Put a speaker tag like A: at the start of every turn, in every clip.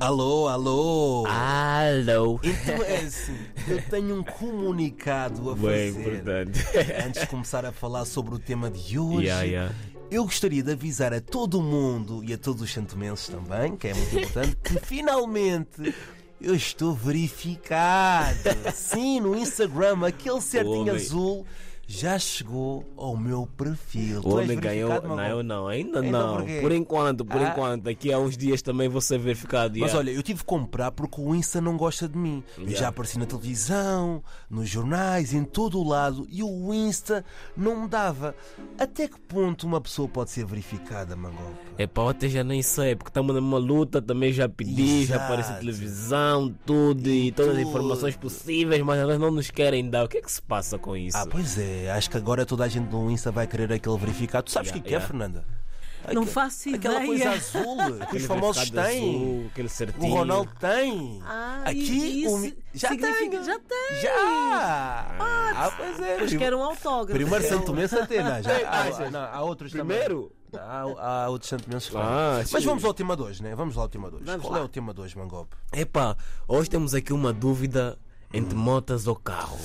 A: Alô, alô!
B: Alô!
A: Então é assim, eu tenho um comunicado a
B: Bem
A: fazer.
B: importante.
A: Antes de começar a falar sobre o tema de né? hoje,
B: Yeah, yeah.
A: eu gostaria de avisar a todo mundo e a todos os santomenses também, que é muito importante, que finalmente eu estou verificado. Sim, no Instagram, aquele certinho
B: homem-
A: azul já chegou ao meu perfil.
B: O
A: Tu és
B: homem ganhou.
A: verificado,
B: Não,
A: Magal?
B: eu não, ainda
A: Então
B: não.
A: porquê?
B: Por enquanto, por
A: Ah.
B: enquanto. Daqui a uns dias também vou ser verificado.
A: Mas
B: yeah.
A: olha, eu tive que comprar porque o Insta não gosta de mim. Eu
B: Yeah.
A: já apareci na televisão, nos jornais, em todo o lado e o Insta não me dava. Até que ponto uma pessoa pode ser verificada, Mangol?
B: É pá, eu até já nem sei, porque estamos numa luta, também já pedi, já aparece
A: Exato.
B: televisão, tudo e todas as
A: tudo.
B: informações possíveis, mas elas não nos querem dar. O que é que se passa com isso?
A: Ah, pois é, acho que agora toda a gente no Insta vai querer aquele verificado. Tu sabes o
B: Yeah,
A: que, que é,
B: yeah.
A: Fernanda?
C: Não
A: Aque-
C: faço
A: Aquela coisa
C: ideia.
A: azul que os
B: Aquele
A: famosos
B: verificado
A: têm.
B: azul, aquele
A: O
B: certinho.
A: Ronaldo tem.
C: Ah,
A: Aqui
C: e
A: o
C: isso
A: mi- já
C: significa-
A: tem.
C: já tem.
A: Já. Ah, pois é.
C: Mas
A: primo-
C: quero um autógrafo.
A: Primeiro Santo Mense até, não, é? já. Há,
B: achas?
A: não, há outros
B: Primeiro?
A: também. Não, Há, há outros Santo Menses.
B: Ah,
A: Mas
B: sim.
A: vamos ao tema 2, né? Vamos lá ao tema 2.
C: Vamos
A: Qual
C: lá.
A: é o tema 2, Mangob?
B: Epá, hoje temos aqui uma dúvida entre motas ou carro.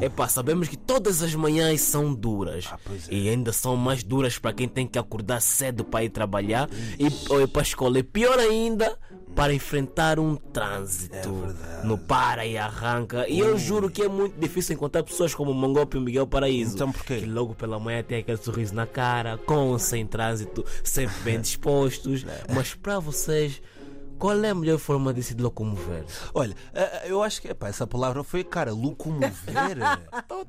B: Epá, sabemos que todas as manhãs são duras.
A: Ah, pois é.
B: E ainda são mais duras para quem tem que acordar cedo para ir trabalhar e ou ir para a escola. E pior ainda, para enfrentar um trânsito.
A: É verdade.
B: no para e arranca. E eu juro que é muito difícil encontrar pessoas como o Mangope e o Miguel Paraíso.
A: Então porquê?
B: Que logo pela manhã tem aquele sorriso na cara, com ou sem trânsito, sempre bem dispostos.
A: Né?
B: Mas para vocês, qual é a melhor forma de se locomover?
A: Olha, ah, ah, eu acho que epá, essa palavra foi, cara, locomover.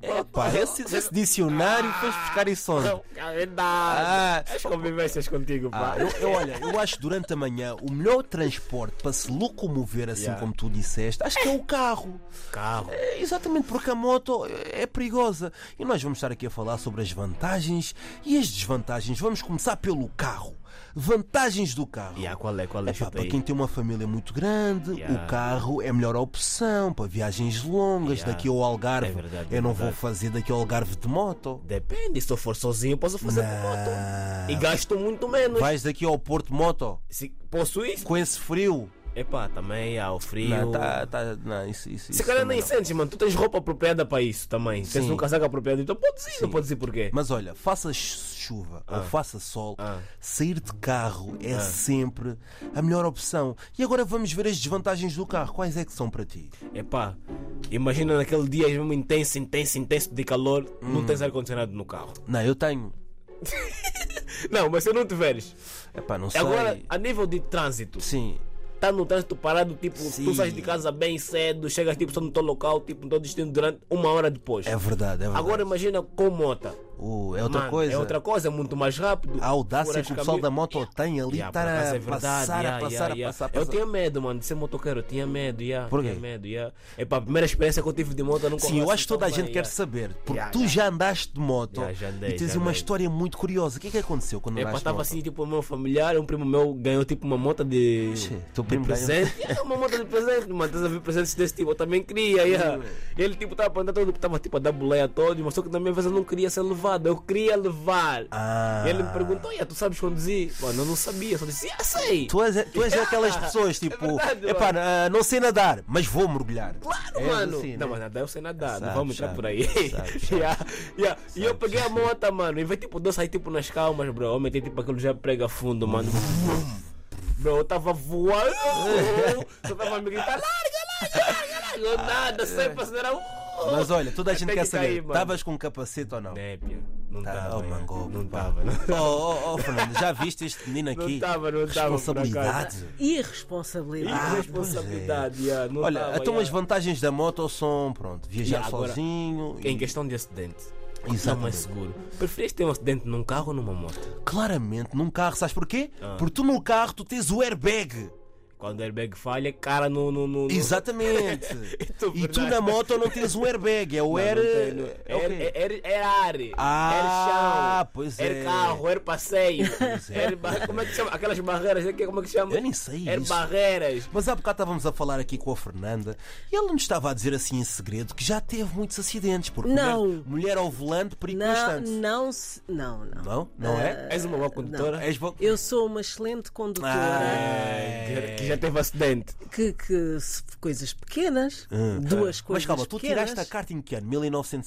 A: Epá, esse, esse dicionário fez buscar isso onde?
B: É verdade. As convivências contigo,
A: Ah, eu, eu, olha, eu acho que durante a manhã o melhor transporte para se locomover, assim
B: Yeah.
A: como tu disseste, acho que é o carro.
B: Carro.
A: É, Exatamente, porque a moto é é perigosa. E nós vamos estar aqui a falar sobre as vantagens e as desvantagens. Vamos começar pelo carro. Vantagens do carro.
B: Yeah, qual é? Qual é?
A: Epá,
B: Chuta
A: para
B: aí.
A: quem tem uma família muito grande,
B: Yeah.
A: o carro é a melhor opção para viagens longas.
B: Yeah.
A: Daqui ao Algarve,
B: É verdade,
A: eu
B: é
A: não vou
B: verdade.
A: fazer daqui ao Algarve de moto.
B: Depende, se eu for sozinho, posso fazer de moto. E
A: Não.
B: gasto muito menos.
A: Vais daqui ao Porto de moto
B: Se posso isso?
A: com esse frio.
B: Epá, também há o frio.
A: Não, tá, tá, não, isso, isso,
B: Se
A: isso
B: calhar
A: também
B: nem
A: não.
B: sentes, mano. Tu tens roupa apropriada para isso também. Tens
A: Sim.
B: um casaco apropriado. Então podes ir, não podes ir porquê?
A: Mas olha, faça ch- chuva
B: Ah.
A: ou faça sol, sair de carro é sempre a melhor opção. E agora vamos ver as desvantagens do carro. Quais é que são para ti?
B: Epá, imagina naquele dia mesmo intenso, intenso, intenso de calor, não tens ar-condicionado no carro.
A: Não, eu tenho.
B: Não, mas se não tiveres.
A: Epá, não sei.
B: Agora, a nível de trânsito,
A: Sim.
B: tá no trânsito parado, tipo,
A: Sim.
B: tu sais de casa bem cedo, chegas tipo só no teu local, tipo, no teu destino durante uma hora depois.
A: É verdade, é verdade.
B: Agora imagina com mota.
A: Uh, é outra
B: Mano,
A: coisa.
B: É outra coisa, é muito mais rápido.
A: A audácia
B: Furas
A: que o pessoal
B: caminho-
A: da moto tem ali
B: Yeah,
A: estar
B: por
A: a
B: acaso é verdade,
A: passar,
B: yeah,
A: a passar,
B: yeah, yeah.
A: a passar, a
B: Eu
A: passar.
B: tinha medo, mano, de ser motoqueiro, eu tinha medo, yeah,
A: Por
B: tinha
A: quê?
B: medo, yeah. É para a primeira experiência que eu tive de moto, eu assim não
A: Sim, eu acho que toda a gente quer saber, porque
B: Yeah,
A: tu já andaste de moto
B: Yeah, já andei,
A: e tens
B: já
A: uma
B: andei.
A: história muito curiosa. O que é que aconteceu quando
B: É,
A: andaste de
B: estava
A: moto?
B: assim, tipo, o meu familiar, um primo meu ganhou tipo uma moto de,
A: Ixi, teu
B: de
A: primo ganhou.
B: presente. É, uma moto de presente, mano. Estás a ver presentes desse tipo? Eu também queria. Yeah. Ele tipo estava a andar todo, estava tipo a dar boleia a todos, mas só que na minha vez eu não queria ser levado, eu queria levar.
A: Ah.
B: E ele me perguntou, "Ya, tu sabes conduzir? Mano, eu não sabia, só disse, ah, sei.
A: Tu és, tu és daquelas pessoas tipo,
B: É verdade,
A: epá, ah, não sei nadar, mas vou mergulhar.
B: Claro,
A: És
B: mano.
A: assim,
B: não,
A: né?
B: mas é nadar eu sei nadar,
A: Sabe,
B: não vamos entrar
A: sabe,
B: por aí.
A: sabe, sabe.
B: Yeah, yeah. e eu peguei a moto, mano, e veio tipo, deu sair tipo nas calmas, bro. Eu meti tipo aquilo já prega fundo, mano. bro, eu tava voando. Só tava me gritar, larga, larga, larga, larga. Eu nada, sempre acelera. Uh.
A: É. Mas olha, toda a gente
B: Até
A: quer
B: que caí,
A: saber,
B: mano.
A: estavas com capacete ou não?
B: Népia, não
A: Ah,
B: tava.
A: oh, mango,
B: não
A: pá.
B: tava, não
A: Oh,
B: tava.
A: oh, oh, Fernando, já viste este menino
B: Não
A: aqui?
B: tava, não tava, por acaso.
A: Responsabilidade.
B: E
C: Irresponsabilidade.
B: responsabilidade, yeah, ah, não
A: é. Olha,
B: tava,
A: então
B: yeah.
A: as vantagens da moto são, pronto, viajar
B: Yeah, agora,
A: sozinho. e-
B: Em questão de acidente, não é
A: Exatamente.
B: mais seguro. Preferias ter um acidente num carro ou numa moto?
A: Claramente, num carro, sabes porquê?
B: Ah.
A: Porque tu no carro tu tens o airbag.
B: Quando o airbag falha, cara no. no, no, no...
A: Exatamente.
B: Então,
A: e tu
B: verdade.
A: na moto não tens um airbag, é o
B: Não,
A: air.
B: não tem, não.
A: é o quê?
B: Air- air- air ar,
A: Ah,
B: air chão,
A: pois é.
B: air carro, air passeio,
A: é,
B: air ba- como é que chama? Aquelas barreiras, é que- como é que chama?
A: Eu nem sei
B: Air
A: isso.
B: barreiras.
A: Mas há bocado estávamos a falar aqui com a Fernanda e ela nos estava a dizer assim em segredo que já teve muitos acidentes. Porque
C: Não.
A: Mulher, mulher ao volante, perigo
C: Não, Ah,
A: constante.
C: não, se- não, não.
A: Não? Não é?
B: És uma boa condutora.
A: És bo-
C: Eu sou uma excelente condutora.
A: Ah, é.
B: Que- Que já teve acidente.
C: Que, que se- coisas pequenas, duas
A: Ah. tá. Mas
C: coisas
A: calma, tu
C: pequenas.
A: tiraste a carta em que ano?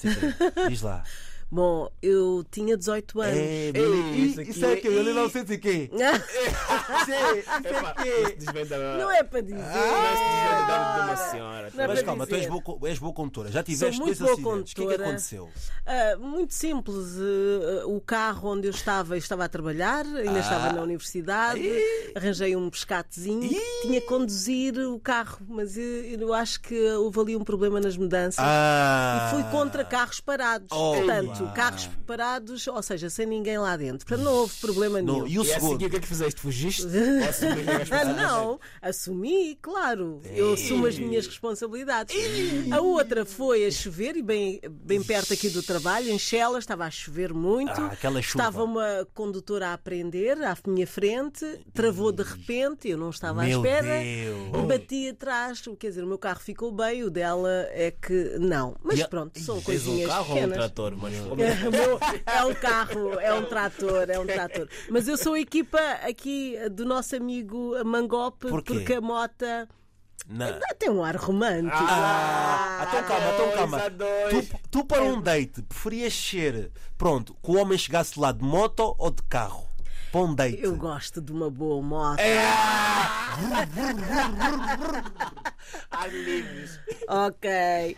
A: 1970. Diz lá.
C: Bom, eu tinha 18 anos.
A: É,
B: isso aqui
A: isso é que
B: é-
A: 1900 e quê? Isso é- isso
B: Epá,
A: é quê?
B: desvenda
C: Não é para dizer.
B: desvendado de uma senhora.
C: Não é
A: Ah! Mas
C: para
A: calma, tu és
C: dizer.
A: boa, co- és boa condutora. Já tiveste
C: Sou
A: dois
C: muito boa
A: acidentes. O que é que
C: condutora.
A: aconteceu?
C: Ah, muito simples. eh, o carro onde eu estava, eu estava a trabalhar, ainda estava
A: Ah.
C: na universidade, arranjei um pescatezinho, tinha que conduzir o carro, mas eu, eu acho que houve ali um problema nas mudanças.
A: Ah,
C: E fui contra carros parados.
A: Oh,
C: Portanto,
A: pá.
C: carros parados, ou seja, sem ninguém lá dentro. Portanto, não houve problema nenhum.
A: não, Ah, E o
B: E a seguir,
A: segundo?
B: o que é que fizeste? Fugiste? Ou assumiste a
C: Ah,
B: responsabilidade?
C: não, assumi, claro. Eu assumo as minhas responsabilidades. A outra foi a chover, e bem, bem perto aqui do trabalho, em Chelas, estava a chover muito.
A: Ah, aquela chuva.
C: Estava uma condutora a aprender à minha frente, travou de repente, eu não estava
A: Meu
C: à espera.
A: Deus.
C: E bati atrás, quer dizer, o meu carro ficou bem, o dela é que não. Mas
A: E a-
C: pronto, são
B: Tens um
C: coisinhas
B: carro ou um
C: pequenas.
B: trator? Mas
C: O meu é um carro, é um trator, é um trator. Mas eu sou a equipa aqui do nosso amigo Mangope,
A: Por quê?
C: porque a mota
A: Não.
C: ah, tem um ar romântico.
A: Ah, então calma, então calma.
B: Dois a dois.
A: Tu, tu para um date preferias ser, pronto, que o homem chegasse lá de moto ou de carro? Para um date.
C: Eu gosto de uma boa moto.
B: Há livros.
C: Ok.